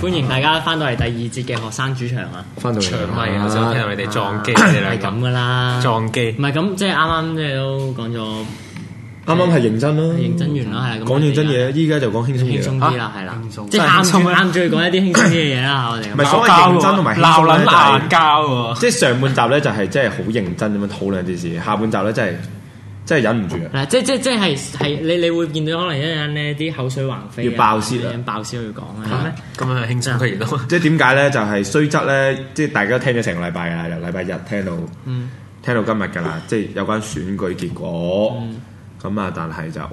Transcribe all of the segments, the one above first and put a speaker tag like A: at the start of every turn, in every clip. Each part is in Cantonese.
A: 歡迎大家翻到嚟第二節嘅學生主場啊！
B: 翻到嚟
C: 長
B: 啦
C: 咪啊！想聽下你哋 撞機，你
A: 係
C: 兩
A: 咁
C: 個
A: 噶啦，
C: 撞機
A: 唔係咁，即係啱啱即係都講
B: 啊
A: 咗
B: 啱啱係認真啦，
A: 認真完啦，係啊啦咁
B: 講認真嘢，依家就講輕鬆
A: 輕
B: 嘢
A: 鬆
B: 啦。
A: 啲啦，係啦
C: 輕，鬆
A: 即係
C: 輕鬆
A: 啱
C: 啦
A: 啱最講一啲輕鬆啲嘅嘢啦，我哋咁
B: 啊唔係所謂認真同埋輕
C: 鬧
B: 鬆
C: 撚
B: 咧就係
C: 硬交喎，
B: 即係上半集咧就係真係好認真咁樣討論啲事，下半集咧真係真係忍唔住啊！
A: 嗱，即即即係係你你會見到可能一陣呢啲口水橫飛啊，
B: 要爆泄啊
A: 一陣爆笑要講啊，
C: 咁樣輕鬆佢而都
B: 即係點解咧？就係雖則咧，即係大家都聽咗成個禮拜㗎啦，由禮拜日聽到
A: 嗯
B: 聽到今日㗎啦，即係有關選舉結果。
A: 嗯
B: 咁啊，但係就誒，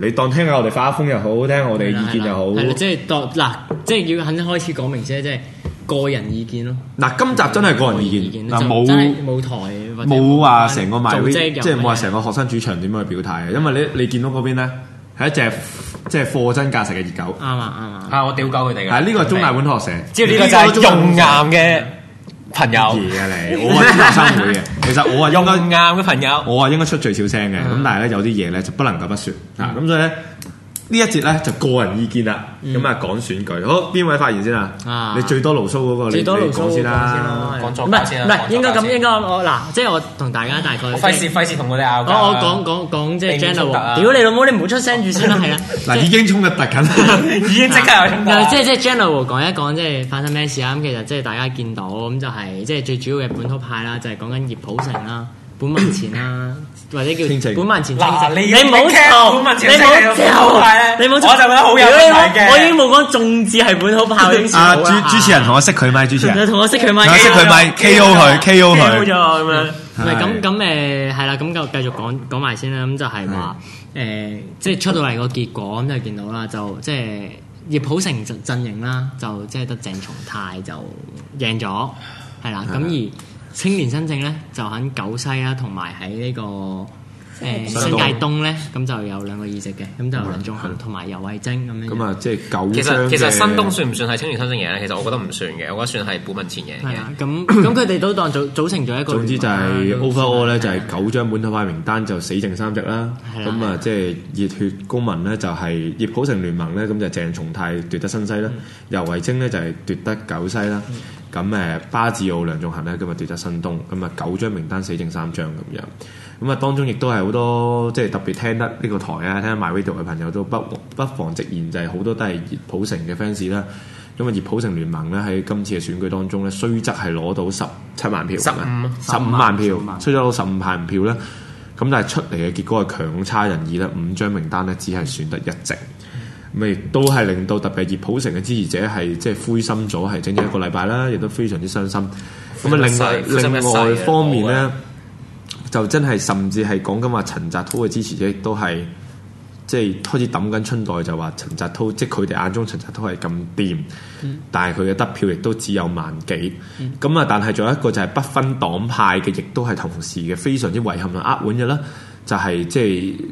B: 你當聽下我哋發下瘋又好，聽下我哋意見又好。
A: 係啦即係當嗱，即係要肯開始講明先，即係個人意見咯。
B: 嗱，今集真係個人意
A: 意
B: 見
A: 見。
B: 嗱，
A: 就
B: 冇
A: 真係冇台或者
B: 冇話成個 my
A: 組
B: week，
A: 織又
B: 即係冇話
A: 乜嘢
B: 成個學生主場點樣去表態啊嘅，因為你你見到嗰邊咧係一隻即係貨真價實嘅熱狗，
A: 啱啊啱啊，
C: 啊！我屌鳩佢哋㗎。
B: 係呢個係中大本學社，
C: 即係呢個就係用硬嘅朋友，
B: 嘢啊你，我係學生會嘅，其實我啊應
C: 用
B: 該
C: 硬嘅朋友。
B: 我啊應該出最少聲嘅，咁但係咧有啲嘢咧就不能夠不説啊，咁所以咧。呢一節咧就個人意見啦，咁啊講選舉，好邊位發言先啊
A: 啊？
B: 你最多牢騷嗰個，你
A: 最多
B: 你
A: 牢
B: 講
A: 騷
B: 先啦。
A: 啦，
C: 講
A: 唔
C: 左交
A: 係
C: 先
A: 唔
C: 啦
A: 係
C: 講
A: 應該
C: 左交
A: 咁
C: 先
A: 應該我嗱，即係我同大家大概
C: 費事費事同佢哋拗
A: 我嗯
C: 交。
A: 哦我講講講即係
C: 避免衝
A: general，
C: 突啊
A: 屌你老母，你唔好出聲住先啦，係啦，啊
B: 嗱已經衝突緊，
C: 已經 即刻有衝突啦。
A: 嗯即係即係 general 講一講即係發生咩事啊！咁其實即係大家見到咁就係即係最主要嘅本土派啦，就係講緊葉普成啦、本文前 啦，或者叫
B: 清正
A: 本文前清
C: 嗱
A: 正
C: 你
A: 你唔好
C: 你 cap
A: 嘈，
C: 本文前
A: 你唔好
C: 清正嘅本土派
A: 嘈，
C: 咧
A: 你唔好
C: 我就覺得好有問題嘅
A: 我已經冇講眾志係本土派，我已經算
B: 啊
A: 好
B: 主
A: 啦
B: 主持人同我識佢咪？主持人
A: 你。同我識佢咪？
B: 我識佢咪 KO 佢，KO 佢
C: KO 咗我咁樣。
A: 唔係咁
B: 係
A: 咁誒係啦，咁就繼續講講埋先啦。咁就係話誒，即係出到嚟個結果咁就見到啦，就即係葉普成陣陣營啦，就即係得鄭松泰就贏咗，係啦。咁而青年新政咧就喺九西啦，同埋喺呢個誒
B: 新
A: 新
B: 界
A: 界東咧，咁就有兩個議席嘅，咁就有梁頌恆同埋游蕙禎咁樣。
B: 咁啊，即係九
C: 嗯其
B: 張
C: 實其實
B: 嘅
C: 新東算唔算係青年新政贏咧？其實我覺得唔算嘅，我覺得算係本文前贏
A: 係啊
C: 嘅。
A: 啦，咁咁佢哋都當組組成咗一個聯盟啦。
B: 總之就係
C: 啊
B: overall 咧，就
A: 係
B: 係九張本土派名單就死剩三隻啦。
A: 係啦
B: 咁啊，即係熱血公民咧，就係葉普成聯盟咧，咁就鄭松泰奪得新西啦，
C: 嗯
B: 游蕙禎咧就係奪得九西啦。咁誒巴治奧、梁頌恆咧，今日奪得新東，咁啊九張名單死剩三張咁樣。咁啊，當中亦都係好多即係特別聽得呢個台啊，聽得 MyRadio 嘅朋友都不不妨直言，就係好多都係熱普城嘅 fans 啦。因為熱普城聯盟咧喺今次嘅選舉當中咧，雖則係攞到十七萬票，
C: 15
B: 十五萬票，雖則攞十五萬票咧。咁但係出嚟嘅結果係強差人意啦，五張名單咧只係選得一席。咁亦都係令到特別係熱普城嘅支持者係即係灰心咗，係整整一個禮拜啦，亦都非常之傷心。咁
C: 嗯灰心一世
B: 啊，另外
C: 灰心一世
B: 另外
C: 啊
B: 方面
C: 我覺
B: 咧
C: 得，
B: 就真係甚至係講緊話陳澤滔嘅支持者亦都係即係開始抌緊春袋，就話陳澤滔即係佢哋眼中陳澤滔係咁掂，
C: 嗯
B: 但係佢嘅得票亦都只有萬幾。咁啊、但係仲有一個就係不分黨派嘅，亦都係同時嘅，非常之遺憾同啊呃扼腕嘅啦，就係、即係。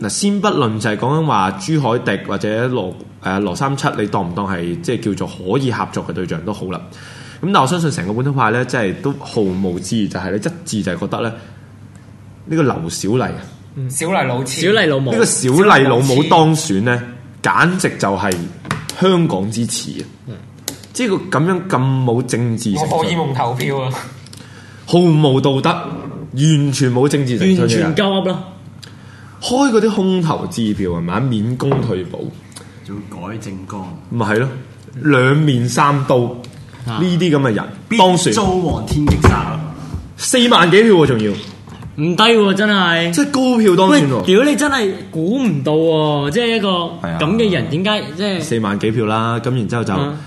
B: 嗱，先不論就係講緊話朱凱迪或者羅誒、呃、羅三七，你當唔當係即係叫做可以合作嘅對象都好啦。咁但我相信成個本土派咧，即係都毫無置疑，就係、咧一致就係覺得咧，呢、個劉小麗，呢、
C: 小麗老千，
A: 小麗老母
B: 個小麗老母當選咧，簡直就係香港之恥啊！即係個咁樣咁冇政治
C: 我
B: 成
C: 荷爾
B: 分，
C: 蒙投票啊！
B: 毫無道德，完全冇政治成分
A: 完
B: 嘅
A: 全
B: 人
A: 鳩噏咯。
B: 開嗰啲空頭支票係咪？免工退保。
D: 仲要改政綱，
B: 咪係咯，兩面三刀呢
A: 啊
B: 啲咁嘅人當選
D: 遭皇天擊殺。
B: 四萬幾票喎，仲要
C: 嗯
A: 唔低喎，真係。
B: 即係高票當
A: 喂
B: 選，喎，
A: 屌你真係估唔到喎！即係一個
B: 啊
A: 咁嘅人，點解即係
B: 四萬幾票啦，咁然之後就
A: 嗯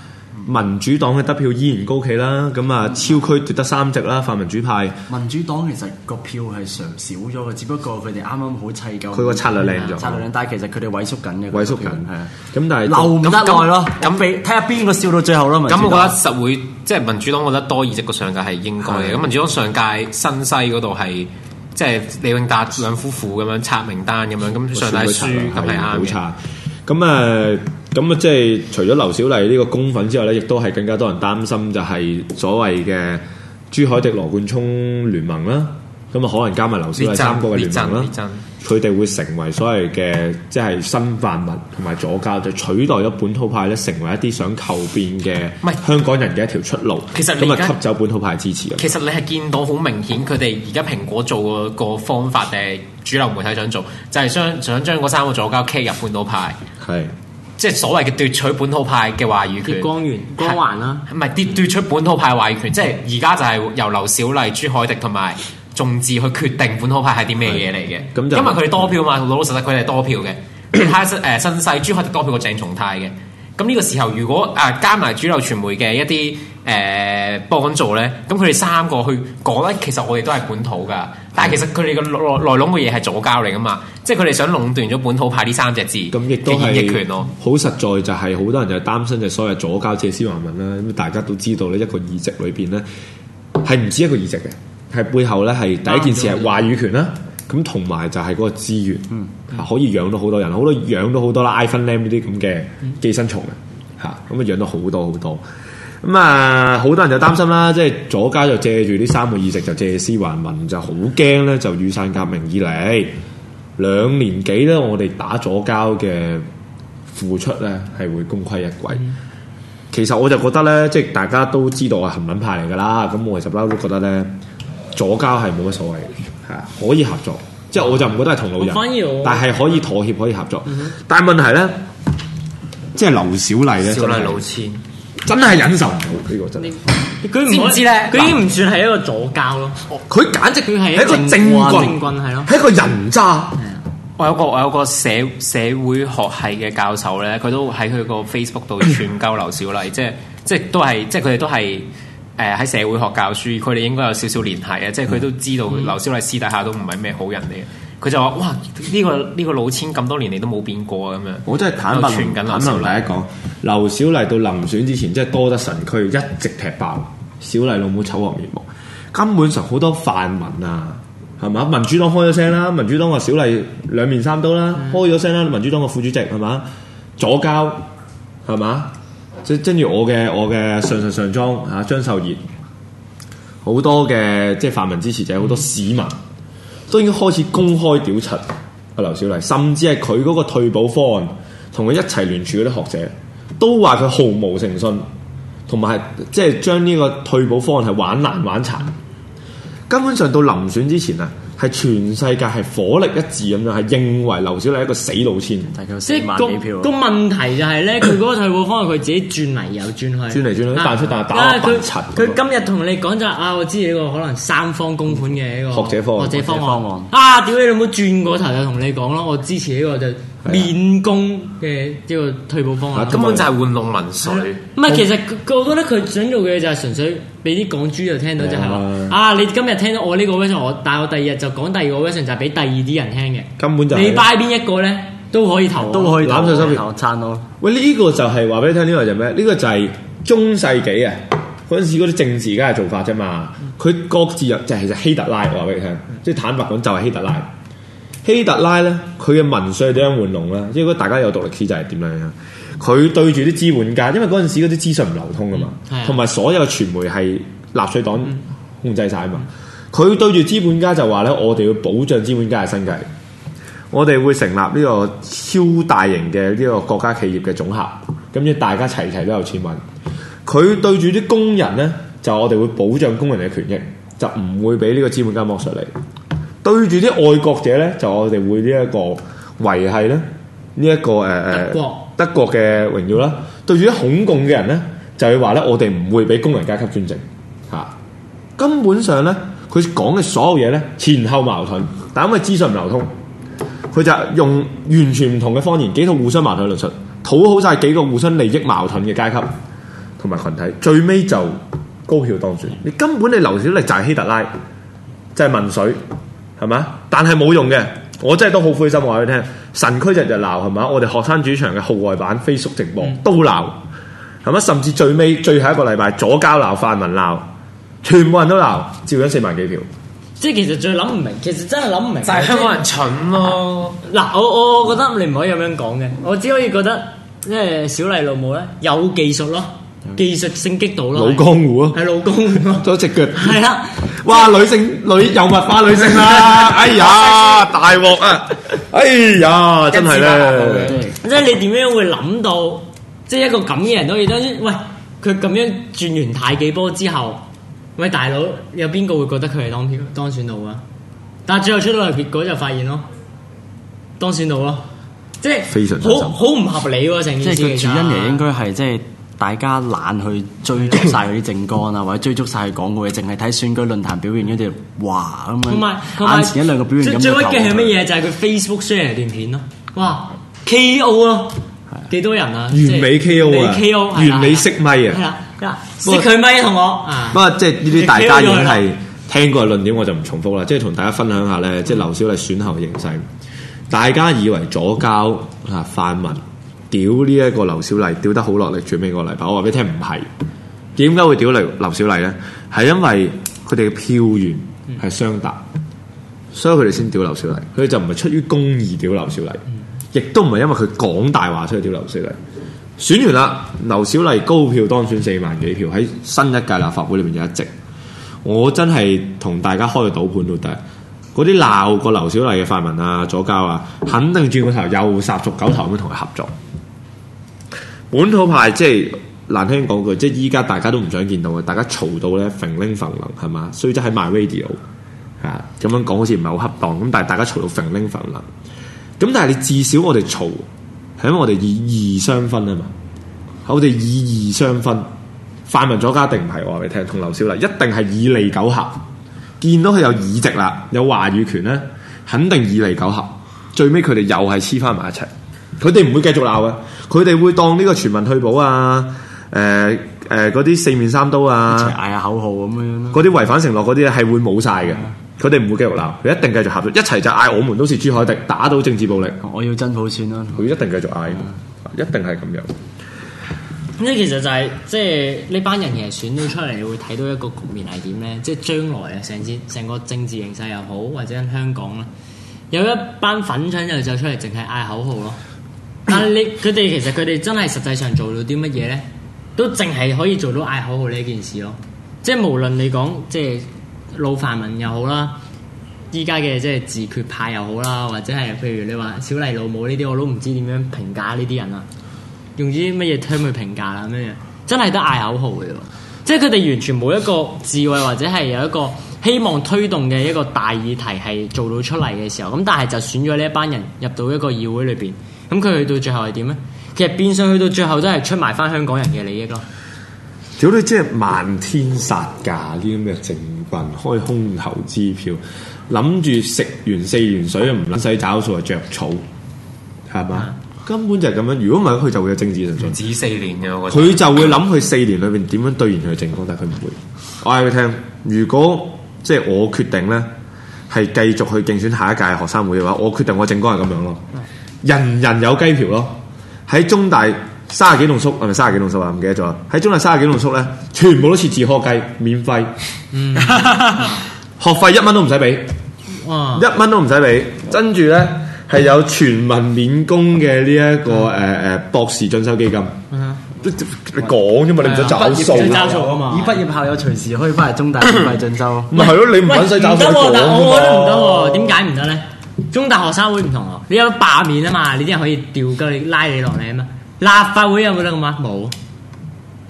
B: 民主黨嘅得票依然高企啦，咁啊超區奪得三席啦，泛民主派
D: 民主黨其實個票係上少咗嘅，只不過佢哋啱啱好砌夠。
B: 佢個策略靚咗
D: 策略靚，但係其實佢哋萎縮緊嘅。
B: 萎縮緊
D: 係啊，
B: 咁但係
D: 留唔得耐咯。
C: 咁
D: 咁俾睇下邊個笑到最後咯。民主
C: 咁我
D: 黨
C: 覺得實會即係民主黨，我覺得多議席個上屆係應該嘅。咁民主黨上屆新西嗰度係即係李永達兩夫婦咁樣拆名單咁樣，咁上屆
B: 選舉策略
C: 輸咁係
B: 好
C: 啱嘅。
B: 差。咁誒，咁啊，即係除咗劉小麗呢個公憤之外咧，亦都係更加多人擔心就係所謂嘅朱海迪羅冠聰聯盟啦。咁啊，可能加埋劉小麗
C: 列
B: 三個
C: 陣
B: 嘅
C: 列
B: 聯盟
C: 陣
B: 啦
C: 列。陣，
B: 佢哋會成為所謂嘅即係新泛民同埋左膠，就取代咗本土派咧，成為一啲想求變嘅
C: 唔係
B: 香港人嘅一條出路。
C: 其實你
B: 咁
C: 而家
B: 啊，吸走本土派支持咁啊
C: 其實你係見到好明顯，佢哋而家蘋果做個方法定係主流媒體想做，就係、想想將嗰三個左膠 K 入本土派，
B: 係
C: 即係所謂嘅奪取本土派嘅話語權
A: 啲。光源光環
B: 啊
A: 啦，
C: 唔係跌奪出本土派話語權，即係而家就係由劉小麗、朱海迪同埋眾志去決定本土派係啲咩嘢嚟嘅。
B: 嗯咁就嗯
C: 因為佢哋多票嘛，老老實實佢哋係多票嘅。你 睇下新誒新世朱海迪多票過鄭松泰嘅。咁呢個時候，如果啊加埋主流傳媒嘅一啲誒、呃、幫助咧，咁佢哋三個去講哎咧，其實我哋都係本土噶，
B: 嗯
C: 但係其實佢哋嘅內內內籠嘅嘢係左交嚟噶嘛，即係佢哋想壟斷咗本土派呢三隻字
B: 咁亦都
C: 嘅演繹權
B: 係
C: 咯。
B: 好實在，就係好多人就係擔心就係所謂左交借屍還民啦。咁大家都知道咧，一個議席裏邊咧係唔止一個議席嘅，係背後咧係第一件
C: 啊
B: 事係話語權啦。咁同埋就係嗰個資源，
C: 嗯
B: 啊可以養到好多人，好多養到好多啦，iPhone Lam 呢啲咁嘅
C: 嗯
B: 寄生蟲嘅嚇，咁啊養到好多好多。咁啊，好多人就擔心啦，即係左家就借住呢三個議席就借屍還民，就好驚咧，就雨傘革命以嚟兩年幾咧，我哋打左交嘅付出咧係會功虧一簣。
A: 嗯
B: 其實我就覺得咧，即係大家都知道我係啊含撚派嚟㗎啦。咁我其實不嬲都覺得咧，左交係冇乜所謂嘅，係啊可以合作。即係我就唔覺得係同路
A: 我
B: 人，
A: 反而我嗯
B: 但係可以妥協，可以合作。但係問題咧，即係劉小麗咧，
C: 小
B: 真係
C: 麗老千，
B: 真係忍受唔到呢個真係。
A: 佢唔
C: 知唔
A: 可以
C: 知咧
A: 佢已經唔算係一個左膠咯，
B: 佢簡直
A: 佢係一
B: 係一個
A: 政
B: 政
A: 棍
B: 棍，
A: 政棍係咯
B: 係一個人渣。
C: 我有個我有個社社會學系嘅教授咧，佢都喺佢個 Facebook 度串鳩劉小 麗，即係即係都係即係佢哋都係誒喺社會學教書，佢哋應該有少少聯繫嘅，即係佢都知道劉小麗私底下都唔係咩好人嚟嘅。佢就話：哇！呢、個呢、個老千咁多年嚟都冇變過啊咁樣。
B: 我真係坦白
C: 又
B: 同
C: 傳緊
B: 坦
C: 劉
B: 白
C: 小
B: 同大
C: 麗。
B: 家講，劉小麗到臨選之前真係多得神區，一直踢爆小麗老母醜惡面目。根本上好多泛民啊，係嘛？民主黨開咗聲啦，民主黨話小麗兩面三刀啦，
C: 嗯
B: 開咗聲啦，民主黨個副主席係嘛？左交係嘛？即跟住我嘅我嘅上上上莊嚇、啊、張秀賢，好多嘅即係泛民支持者，好多市民都已經開始公開屌柒阿劉小麗，甚至係佢嗰個退保方案同佢一齊聯署嗰啲學者，都話佢毫無誠信，同埋係即係將呢個退保方案係玩難玩殘。根本上到臨選之前啊，係全世界係火力一致咁樣，係認為劉小麗係一個死老千。
D: 但係佢有
A: 即
D: 四
A: 係
D: 萬
A: 個
D: 幾票啊
A: 個，問題就係咧，佢嗰個退步方案佢自己轉嚟又轉去，轉
B: 嚟轉去彈出彈入打
A: 佢
B: 我笨柒咁
A: 佢
B: 樣
A: 今日同你講就係啊，我知你個可能三方公款嘅呢個
B: 學者方案
A: 學者方
D: 方
A: 案啊，屌你老母轉過頭就同你講咯，我支持呢個就免工嘅呢個退步方案
B: 啊。
C: 根本就係玩弄民粹。
A: 唔係，其實佢我覺得佢想做嘅就係純粹俾啲港豬就聽到就係
B: 係
A: 話啊，你今日聽到我呢個 version，我但係我第二日就講第二個 version 就係俾第二啲人聽嘅。
B: 根本就係
A: 你 buy 邊一個咧都可以投我，
D: 都可以
B: 攬上心
D: 投撐咯。
B: 喂，呢、個就係話俾你聽，呢、個就咩？呢、個就係中世紀啊！嗰陣時嗰啲政治家嘅做法啫嘛，佢各自入就係其實希特拉，我話俾你聽，即係坦白講就係希特拉。希特拉咧，佢嘅民粹係點樣玩弄啦？因為大家有讀歷史就係點樣樣。佢對住啲資本家，因為嗰陣時嗰啲資訊唔流通啊嘛
A: 嗯係啊，
B: 同埋所有傳媒係納粹黨控制晒啊嘛。
A: 嗯
B: 佢對住資本家就話咧，我哋要保障資本家嘅生計。我哋會成立呢個超大型嘅呢個國家企業嘅總合，咁即係大家齊齊都有錢揾。佢對住啲工人呢，就我哋會保障工人嘅權益，就唔會俾呢個資本家剝削你。對住啲愛國者呢，就我哋會呢一個維係咧呢一個誒誒、呃
A: 德國
B: 德國嘅榮耀啦。對住啲恐共嘅人呢，就會話呢，我哋唔會俾工人階級專政嚇。根本上呢，佢講嘅所有嘢呢，前後矛盾，但因為資訊唔流通。佢就用完全唔同嘅方言，幾套互相矛盾嘅論述，討好晒幾個互相利益矛盾嘅階級同埋群體，最尾就高票當選。你根本你劉小麗就係希特拉，就係、民粹，係咪？但係冇用嘅，我真係都好灰心，我話俾你聽，神區日日鬧係咪？我哋學生主場嘅號外版 Facebook 直播都鬧，係咪？甚至最尾最後一個禮拜左交鬧、泛民鬧，全部人都鬧，照樣四萬幾票。
A: 即係其實最諗唔明，其實真係諗唔明。
C: 就係香港人蠢 咯，
A: 嗱，我我我覺得你唔可以咁樣講嘅，我只可以覺得即係小麗老母咧有技術咯，
C: 嗯
A: 技術性擊倒咯，
B: 老江湖啊，
A: 係老江湖 咯，
B: 咗只腳，
A: 係啦，
B: 哇！女性女尤物化女性啦，哎 呀，大鑊啊！哎呀，真係咧，
A: 即係你點樣會諗到，即係一個咁嘅人都要得？喂，佢咁樣轉完太幾波之後，喂大佬，有邊個會覺得佢係當票當選到啊？但係最後出到嚟結果就發現咯，當選到咯，即係
B: 非常傷心
A: 好好唔合理喎成件
D: 即係
A: 事。
D: 佢
A: 其
D: 主
A: 實
D: 因嚟應該係即係大家懶去追逐晒嗰啲政綱啊，或者追逐晒佢講過嘅，淨係睇選舉論壇表現嗰啲，哇咁樣。
A: 同埋同埋
D: 眼前一兩個表現
A: 最
D: 咁。
A: 最屈嘅係乜？嘢？就係佢 Facebook share 段片咯，哇 KO 咯，幾多人啊？
B: 完美
A: 即係
B: KO
A: 完
B: 啊
A: 美 KO，係啦
B: 完美熄咪啊！
A: 係啦，係啦熄佢咪啊同我啊
B: 不！過即係呢啲大家已經係聽過嘅論點，我就唔重複啦。即係同大家分享下咧，即係劉小麗選後嘅形勢。大家以為左交啊泛民屌呢一個劉小麗屌得好落力，最尾個禮拜我話俾你聽唔係。點解會屌劉劉小麗咧？係因為佢哋嘅票源係相搭，所以佢哋先屌劉小麗。佢哋就唔係出於公義屌劉小麗，亦都唔係因為佢講大話出去屌劉小麗。選完啦，劉小麗高票當選四萬幾票，喺新一屆立法會裏面有一席。我真係同大家開個賭盤都得，嗰啲鬧過劉小麗嘅泛民啊、左交啊，肯定轉個頭又殺逐九頭咁樣同佢合作。本土派即係難聽講句，即係依家大家都唔想見到嘅，大家嘈到咧揈拎揈楞係嘛？雖則喺 my radio 啊咁樣講好似唔係好恰當，咁但係大家嘈到揈拎揈楞。咁但係你至少我哋嘈係因為我哋以義相分啊嘛，我哋以義相分。泛民左家一定唔係我話俾你聽，同劉小麗一定係以利九合。見到佢有議席啦，有話語權咧，肯定以利九合。最尾佢哋又係黐翻埋一齊，佢哋唔會繼續鬧嘅，佢哋會當呢個全民退保啊，誒誒嗰啲四面三刀啊，
D: 一齊嗌下口號咁樣咯。
B: 嗰啲違反承諾嗰啲咧係會冇晒嘅，佢哋唔會繼續鬧，佢一定繼續合作，一齊就嗌我們都是朱凱迪，打倒政治暴力，
D: 我要真普選啦。
B: 佢一定繼續嗌，一定係咁樣。
A: 咁即其實就係、即係呢班人其實選到出嚟，你會睇到一個局面係點咧？即係將來啊，成支成個政治形勢又好，或者香港啦，有一班粉腸就走出嚟，淨係嗌口號咯。但係你佢哋其實佢哋真係實際上做到啲乜嘢咧？都淨係可以做到嗌口號呢件事咯。即係無論你講即係老泛民又好啦。依家嘅即係自決派又好啦，或者係譬如你話小麗老母呢啲，我都唔知點樣評價呢啲人啊。用啲乜嘢 term 去評價啦，咩嘢真係得嗌口號嘅喎，即係佢哋完全冇一個智慧或者係有一個希望推動嘅一個大議題係做到出嚟嘅時候，咁但係就選咗呢一班人入到一個議會裏邊，咁佢去到最後係點呢？其實變相去到最後都係出賣翻香港人嘅利益咯。
B: 屌你！即係漫天殺價呢啲咁嘅政棍，開空頭支票，諗住食完四元水唔撚使找數係着草，係嘛？根本就係咁樣。如果唔係，佢就會有政治上
C: 止四年嘅我覺得。
B: 佢就會諗佢四年裏邊點樣兌現佢嘅政綱，但係佢唔會。我嗌佢聽，如果即係我決定咧，係繼續去競選下一屆學生會嘅話，我決定我政綱係咁樣咯，人人有雞票咯。喺中大三十幾棟宿係咪三十幾棟宿啊？唔記得咗啦。喺中大三十幾棟宿咧，全部都設置學雞，免費， 學費一蚊都唔使俾。
A: 哇！
B: 一蚊都唔使俾，跟住呢，係有全民免工嘅呢一個誒誒博士進修基金。你你講啫嘛，你唔使找數
A: 唔使
B: 啦
A: 找。數啊嘛
D: 以畢業校友隨時可以翻嚟中大免費進修。
B: 咪係咯，你唔
A: 喂
B: 撚使找
A: 唔
B: 數
A: 得
B: 講
A: 喎，但
B: 㗎
A: 我覺得唔
B: 嘛
A: 得喎，點解唔得呢？中大學生會唔同喎，你有罷免啊嘛，你啲人可以調鳩你拉你落嚟啊嘛。立法會有冇得咁啊？冇。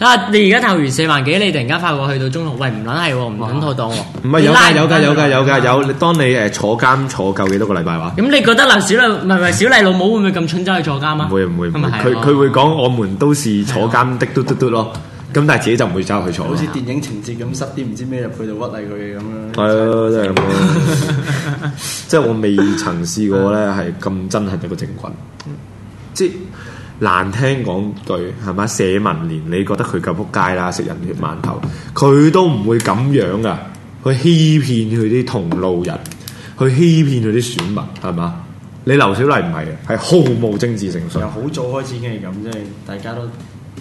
A: 啊！你而家投完四萬幾，你突然間發覺去到中學，喂唔撚係喎，唔撚妥當喎。
B: 唔係有
A: 你拉
B: 㗎有㗎有㗎有㗎。
A: 唔啊
B: 有。當你誒坐監坐夠幾多個禮拜話？
A: 咁你覺得劉小麗唔係唔係小麗老母會唔會咁蠢走去坐監啊？
B: 唔會唔會唔
A: 咁
B: 會，
A: 咪係
B: 佢
A: 咯
B: 佢會講我們都是坐監的嘟嘟嘟咯。咁但係自己就唔會走入去坐咯。
D: 好似電影情節咁，塞啲唔知咩入去度屈嚟佢咁
B: 係
D: 樣。
B: 咯，真係咁咯。即係我未曾試過咧，係咁憎恨一個政棍。即係難聽講句係咪？社民連你覺得佢夠撲街啦，食人血饅頭，佢都唔會咁樣噶。佢欺騙佢啲同路人，佢欺騙佢啲選民係嘛？你劉小麗唔係嘅，係毫無政治誠信
D: 由好早開始已經係咁，即係大家都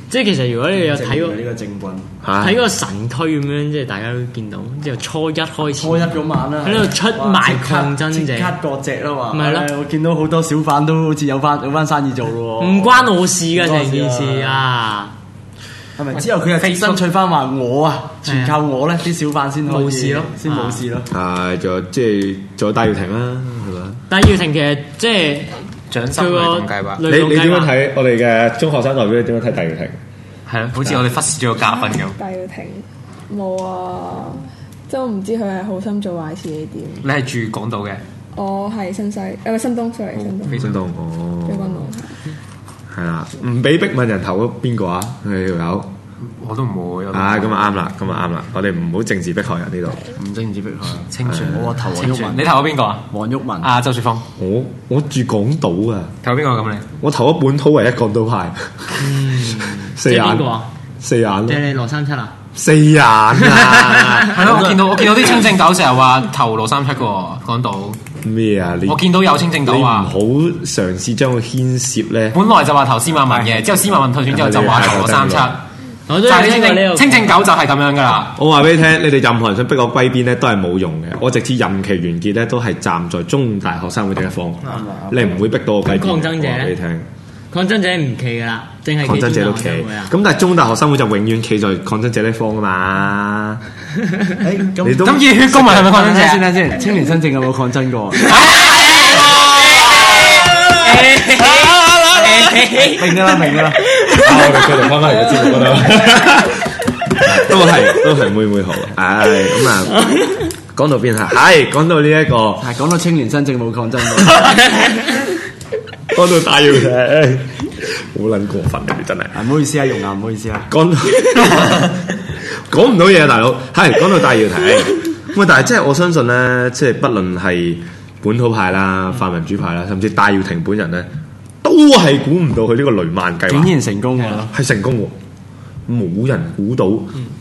A: 即係其實如果你有睇
D: 過
A: 過
D: 呢個政棍，
B: 嚇
A: 睇。個神區咁樣，即係大家都見到，由初一開始。
D: 初一嗰晚啦，
A: 喺度出賣抗爭者
D: 哇即刻即刻割席啦嘛。
A: 咪係咯
D: 唉我見到好多小販都好似有翻有翻生意做咯喎。
A: 唔關我事噶
D: 唔關我
A: 成
D: 事啊
A: 件事啊！
D: 係咪之後佢又
C: Facebook-
D: 爭取翻話我啊，全靠我咧，啲小販先可以
A: 冇事咯
D: 先冇事咯。
B: 啊，仲有即係仲有戴耀廷啦，係嘛？
A: 但係耀廷其實即係
C: 獎
A: 佢
C: 金
A: 個
C: 類動計劃
B: 你
A: 類動
B: 你
A: 計
B: 點樣
A: 劃
B: 睇我哋嘅中學生代表？你點樣睇戴耀廷？
C: 係咯，好似我哋忽視咗個
B: 啊
C: 嘉賓咁。
E: 戴耀廷冇啊，都唔知佢係好心做壞事定點。
C: 你係住港島嘅，
E: 我係新西，誒、唔係新東，sorry，新東。
B: 非常動
E: 俾軍
B: 哦，
E: 佬
B: 係啦，唔俾逼問人投邊個啊？你條友
C: 我都唔會。我都唔會
B: 啊，咁啊啱啦，咁啊啱啦，我哋唔好政治迫害人呢度。
D: 唔政治迫害，
C: 清算
D: 我話投黃
C: 清
D: 毓
C: 算
D: 民，
C: 你投咗邊個啊？
D: 啊黃毓民
C: 啊，周雪峰
B: 我我住港島啊，
C: 投邊個咁你？
B: 我投咗本土唯一港島派，嗯 四
A: 即係邊
B: 眼
A: 個啊？
B: 四眼咯
A: 即係羅三七啊？
B: 四 眼啊！
C: 係咯，我見到我見到啲清正狗成日話投六三七嘅喎，港島。
B: 咩啊？你
C: 我見到有清正
B: 你
C: 狗
B: 唔
C: 話
B: 好，嘗試將佢牽涉咧。
C: 本來就話投司馬文嘅，之後司馬文退選之後就話投六三七。
A: 我
C: 就
A: 都有
C: 係
A: 聽過呢
C: 清
A: 個
C: 清正狗就係咁樣㗎啦。
B: 我話俾你聽，你哋任何人想逼我歸邊咧，都係冇用嘅。我直至任期完結咧，都係站在中大學生會呢一方，你唔會逼到我歸
A: 啊
B: 邊嘅。
A: 咁抗爭者呢
B: 我話俾你聽，
A: 抗爭者唔企噶啦，淨係
B: 抗爭者都企。
A: 啊
B: 咁但係中大學生會就永遠企在抗爭者呢一方啊嘛。
D: 誒
B: 你都
C: 咁熱血公民係咪抗爭
D: 等陣先
C: 者？
D: 等陣先，青年新政有冇抗爭過？明㗎啦，明㗎啦。
B: 我哋繼續翻翻嚟個節目嗰度，哦都係都係妹妹好，唉咁啊，講到邊啊？係講到呢、一個，
D: 但係講到青年新政冇抗爭過，
B: 講到大耀嘅，唉好撚過分啊！你真係
D: 啊唔好意思啊，容顏，唔好意思啊。
B: 講到 講唔到嘢啊，大佬係講到大耀廷咁啊！但係即係我相信咧，即係不論係本土派啦、泛民主派啦，甚至大耀廷本人咧，都係估唔到佢呢個雷曼計劃
D: 竟然成功喎！
B: 係成功喎。冇人估到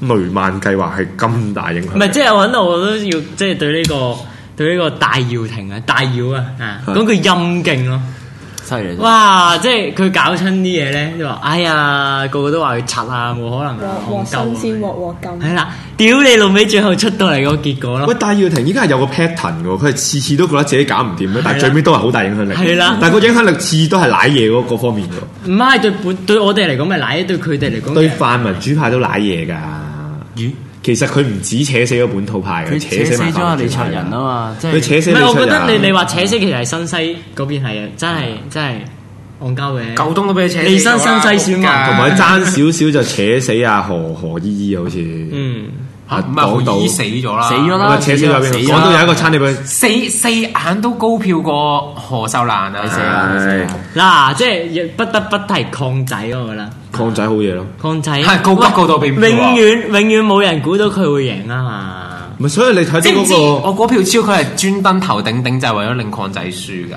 B: 雷曼計劃係咁大影響。
A: 唔係，即係我喺度我都要，即係對呢個對呢個大耀廷啊，大耀啊，啊，
B: 係
A: 咁佢陰勁咯，
D: 犀利！
A: 哇！即係佢搞親啲嘢咧，就話哎呀，個個都話佢柒啊，冇可能啊，
E: 獲獲新鮮獲獲
A: 係
E: 金，
A: 啦，屌你老味，最後出到嚟個結果
B: 喂
A: 咯，，
B: 戴耀廷依家係有個 pattern 嘅喎，佢係次次都覺得自己搞唔掂咧，但係
A: 係啦
B: 最尾都係好大影響力。
A: 係啦
B: 但係個影響力次次都係舐嘢嗰嗰方面嘅，
A: 唔係對本對我哋嚟講咪賴，對佢哋嚟講
B: 對
A: 嘅
B: 泛民主派都舐嘢㗎。
C: 咦？
B: 其實佢唔止扯死咗本土派嘅，
D: 佢扯死
B: 埋
D: 咗阿
B: 泛民
D: 李
B: 主
D: 卓
B: 派
D: 人啊！嘛，即
B: 佢
D: 係
B: 扯死
A: 唔
B: 李
A: 係，我
B: 卓
A: 覺得
B: 人。啊
A: 你你話嗯扯死其實係新西嗰邊係啊真係真係戇鳩嘅，
C: 九東都俾你扯死咗啦。
A: 利申新西選民
B: 同埋爭少少就扯死阿何何依依啊好似，啊唔
A: 嗯，
C: 嚇啊唔係
B: 港
C: 何
B: 島
C: 依死咗啦，
D: 死咗啦
B: 係扯死咗邊個？
D: 死咗
B: 廣東有一個餐廳俾佢
C: 四四眼都高票過何秀蘭啊！
D: 死啦死啦
B: 唉
A: 嗱，即係不得不提抗仔，我覺得。
B: 抗仔好嘢咯。
A: 抗仔
C: 係告不告到變
A: 永
C: 票啊
A: 遠永遠冇人估到佢會贏啊嘛！
B: 咪所以你睇到
C: 知唔
B: 嗰
C: 知
B: 個
C: 我嗰票超佢係專登頭頂頂就係為咗令礦仔輸㗎，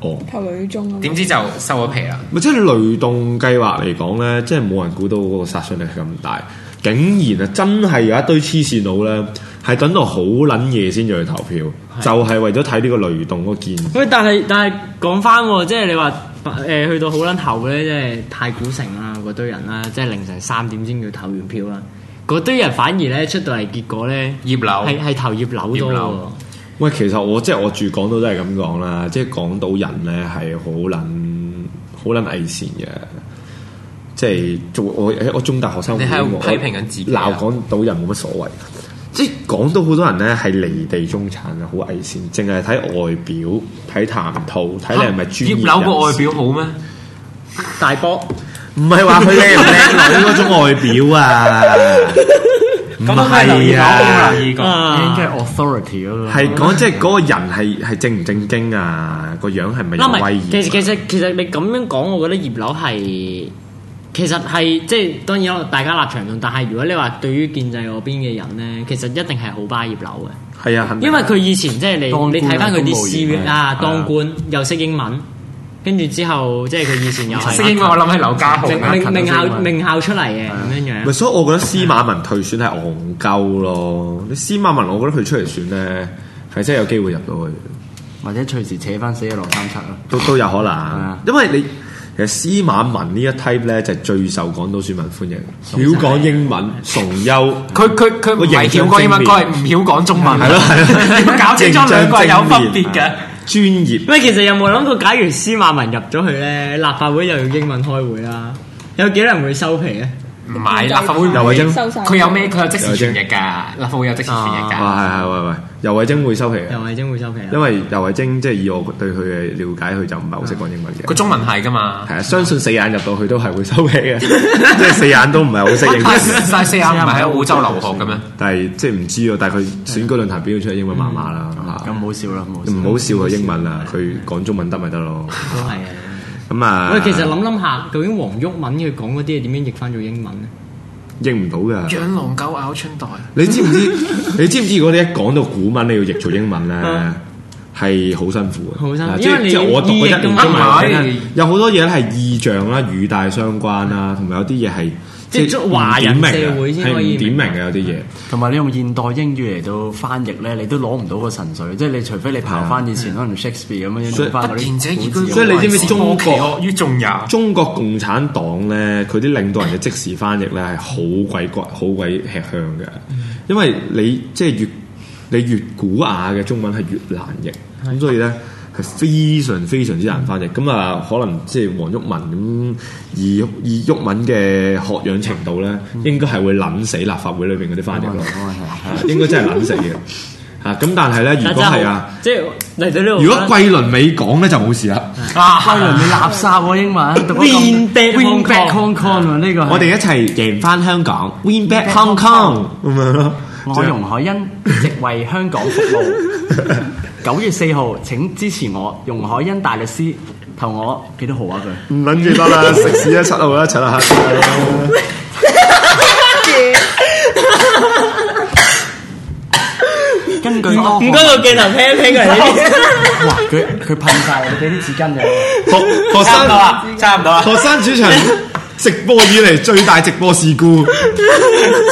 B: 哦。
E: 投女中啊嘛。
C: 點知就收咗皮啦。
B: 咪即係雷動計劃嚟講咧，即係冇人估到嗰個殺傷力係咁大，竟然啊真係有一堆黐線佬咧，係等到好撚夜先至去投票，就係為咗睇呢個雷動嗰個建議。
A: 喂，但係但係講翻喎，即係你話誒、去到好撚後咧，即係太古城啦嗰堆人啦，即係凌晨三點先要投完票啦，嗰堆人反而咧出到嚟結果咧
C: 葉劉
A: 係係投葉劉
C: 葉
A: 多
C: 劉
A: 喎，
B: 喂，其實我即係我住港島都係咁講啦，即係港島人咧係好撚好撚偽善嘅，即係做我我中大學生會
C: 你喺度
B: 我
C: 批評緊自己啊
B: 鬧港島人冇乜所謂。即係港島好多人咧係離地中產啊，好偽善，淨係睇外表、睇談吐、睇你係咪專業人士。
C: 葉劉個外表好咩？
A: 大波
B: 唔係話佢靚唔靚女嗰種外表 啊，唔係啊。
C: 留意過。
D: 應該
A: 啊！
D: 係 authority 嗰個。
B: 係講即係嗰個人係係正唔正經啊，個樣係咪
A: 嗱，唔
B: 有威
A: 係，
B: 嚴？
A: 其實其實其實你咁樣講，我覺得葉劉係其實係即係當然啦，大家立場論，但係如果你話對於建制嗰邊嘅人咧，其實一定係好巴葉劉嘅。
B: 係啊，肯定
A: 因為佢以前即係你
D: 當官啊
A: 你睇翻佢啲
D: 公務
A: CV
D: 員
A: 啊，
B: 係
A: 當官又識英文，跟住之後即係佢以前又
C: 識英
A: 係
C: 文我諗起劉家豪
A: 名
C: 啦。
A: 名名
D: 識英
A: 校
D: 文
A: 名校出嚟嘅咁樣
B: 咪
A: 樣。
B: 所以，我覺得司馬文退選係戇鳩咯。你司馬文，我覺得佢出嚟選咧係真係有機會入到去，
D: 或者隨時扯翻死嘅羅三七咯。
B: 都都有可能
D: 啊。
B: 因為你其實司馬文呢一 type 咧就係最受港島選民歡迎，曉講英文，崇優。
C: 佢佢佢唔係曉講英文，佢係唔曉講中文。
B: 係咯係咯
C: 你要搞清楚兩個係有分別
B: 正
C: 嘅。
B: 專業
A: 喂，其實有冇諗過，假如司馬文入咗去咧，立法會又要英文開會啦，有幾多人會收皮咧？
C: 唔係，立法會唔
B: 又或
C: 會-
B: 者
E: 收晒。
C: 佢有咩-佢有即時傳譯㗎，立法會有即時傳譯㗎。
B: 啊哇，係係喂喂，游蕙禎會收皮嘅
A: 又係精會收皮啊
B: 因為游蕙禎即係以我對佢嘅了解，佢就唔係好識講英文嘅。
C: 佢中文係㗎嘛。
B: 係啊，相信四眼入到去都係會收 皮嘅，即係四眼都唔係好識英文。
C: 但係四眼唔係喺澳洲留學嘅咩？
B: 但係即係唔知喎，啊但係佢選舉論壇表現出嚟英文麻麻啦
A: 嗯
B: 嚇
D: 咁唔好笑啦，唔好笑
B: 唔好笑佢英文啦，佢講中文得咪得咯。
A: 都係啊。
B: 咁啊，
A: 嗯喂，其實諗諗下，究竟黃毓民佢講嗰啲嘢點樣譯翻做英文咧？
B: 譯唔到㗎。你知 唔知？你知唔知？如果你一講到古文，你要譯做英文咧
A: 啊，
B: 係好辛苦嘅。
A: 好辛苦
B: 啊
A: 因為你
B: 即即係我讀嗰一年中文
C: 要
B: 我
C: 譯㗎嘛
B: 聽有好多嘢咧係意象啦、語帶相關啦，同埋有啲嘢係
A: 即係
B: 係
A: 華人
B: 唔點明嘅
A: 社
B: 啊
A: 會先可以
B: 係唔點
A: 明
B: 明
A: 白
B: 嘅有啲嘢。
D: 同埋你用現代英語嚟到翻譯咧，你都攞唔到個神髓，即係你除非你刨翻以前可能 Shakespeare 咁樣
B: 所以
D: 用翻嗰啲古字
B: 所以你知唔知中國
C: 不然者以佢為是可其惡於眾也。
B: 中國共產黨咧，佢啲領導人嘅即時翻譯咧係好鬼骨、好鬼吃香嘅，因為你即係越你越古雅嘅中文係越難譯，咁所以咧係非常非常之難翻譯。咁啊，可能即係黃毓民咁以以毓民嘅學養程度咧，應該係會撚死立法會裏邊嗰啲翻譯咯，應該真係撚死嘅。嚇咁，但係咧，如
A: 但
B: 果
A: 真
B: 係
A: 係
B: 啊，
A: 好，即係嚟到呢度，
B: 如果桂綸鎂講咧就冇事啦。
D: 歸輪你垃圾喎英文 讀
A: Win back Hong Kong
D: back Hong Kong 喎呢個係
B: 我哋一齊贏翻香港，Win back Hong Kong 咁樣咯。
D: 我容海欣直為香港服務。 九月四號請支持我，容海欣大律師投我幾多號啊？佢
B: 唔撚住得啦，食屎啦，七號啦，七號黑啦。
D: 根據多
A: 唔該個鏡頭 pan pan 過嚟呢
D: 哇，佢佢噴晒，你俾啲紙巾嘅。
B: 學學生
C: 差唔多啦，差唔多啦，
B: 學生主場直播以嚟最大直播事 故，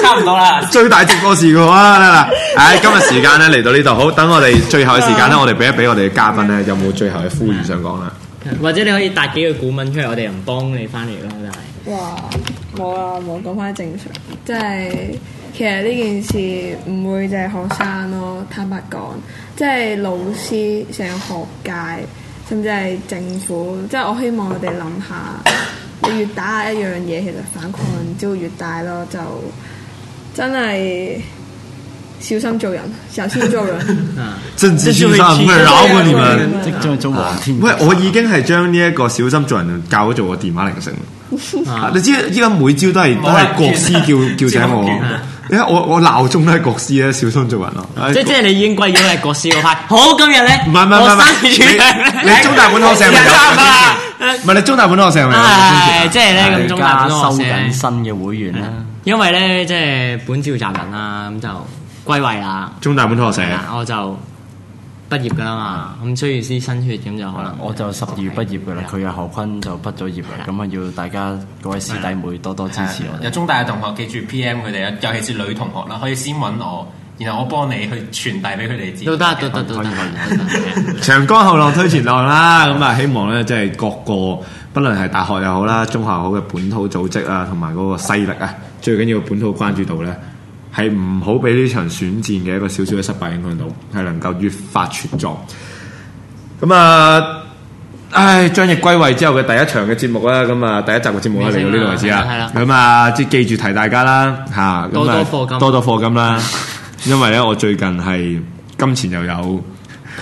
C: 差唔多啦。
B: 最大直播事故啊！得啦，唉，今日時間咧嚟到呢度，好，等我哋最後嘅時間咧，我哋俾一俾我哋嘅嘉賓咧，有冇最後嘅呼籲想講啦？
A: 啲，或者你可以搭幾個古文出嚟，我哋又唔幫你翻譯啦，真係。
E: 哇！冇啦，冇講翻正常，即係其實呢件事唔會就係學生咯，坦白講，即係老師、成個學界，甚至係政府，即係我希望我哋諗下，你越打壓一樣嘢，其實反抗只會越大咯，就真係小心做人，小心做人。
B: 政治先生，唔係擾
E: 擾過
B: 過
E: 你
B: 你
E: 們
B: 們。啊
D: 即將做黃天。
B: 喂，我已經係將呢一個小心做人教咗做個電話鈴聲。
A: 啊
B: 你知依家每朝都係都係國師叫叫醒我
C: 冇人見
A: 啊，
B: 因為我我鬧鐘都係國師咧，小心做人咯。哎
A: 即即係你已經歸咗係國師嗰派。好，今日咧，
B: 唔係唔係唔係唔
A: 我
B: 係
A: 生，日主
B: 你你中大本科社咪有
A: 差唔多啦
B: 唔係你啊中大本科社咪有
A: 唉啊即係咧咁啊中大
D: 大家
A: 本科
D: 啊收
A: 學社
D: 緊新嘅會員啦。
A: 因為咧即係本召集人啦，咁就歸位啦，
B: 中大本科社
A: 係啦，我就畢業噶啦嘛，咁需要啲新血咁就可能
D: 我就十二月畢業㗎啦，佢又何坤就畢咗業啦，咁啊要大家各位師弟妹多多支持我哋。
C: 有中大嘅同學記住 PM 佢哋啊，尤其是女同學啦，可以先搵我，然後我幫你去傳遞俾佢哋知。
A: 都得都得都得，
B: 長江後浪推前浪啦，咁啊希望咧即係各個，不論係大學又好啦，中學又好嘅本土組織啊，同埋嗰個勢力啊，最緊要本土關注度咧，係唔好俾呢場選戰嘅一個少少嘅失敗影響到，係能夠越發茁壯。咁啊，唉，張翼歸位之後嘅第一場嘅節目啦，咁啊第一集嘅節目啦嚟到呢度為止
A: 係啦
B: 啦，咁啊即係記住提大家啦嚇，咁啊
A: 多多課金
B: 多多課金啦，因為咧我最近係金錢又有。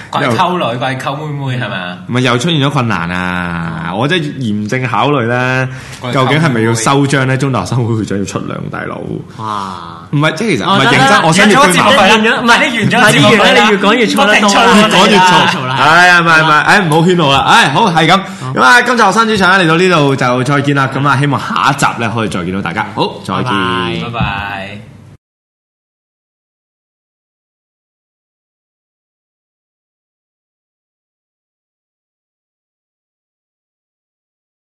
C: 怪溝女，怪溝妹妹，係咪啊？
B: 咪又出現咗困難啊！我真係嚴正考慮咧，
C: 喂
B: 究竟係咪要收張咧？中大學生會會長要出糧，大佬唔
A: 哇！
B: 係即係其實
A: 哦
B: 唔係
A: 得
B: 認
A: 啦
B: 真，我想要
A: 完咗
B: 捐
A: 節目
B: 埋。
A: 啦完咗唔係
C: 你完咗
A: 唔係你
C: 節目
A: 完咗
C: 啦
A: 你越講越錯得多啦
C: 不停
B: 越講越
A: 係
B: 嘈，
A: 啦
B: 哎呀，唔係唔係，哎唔好圈我啦，哎好係咁，咁啊，今集學生主場咧嚟到呢度就再見啦，咁啊，希望下一集咧可以再見到大家，好，再
A: 拜拜
B: 見。
C: 拜拜。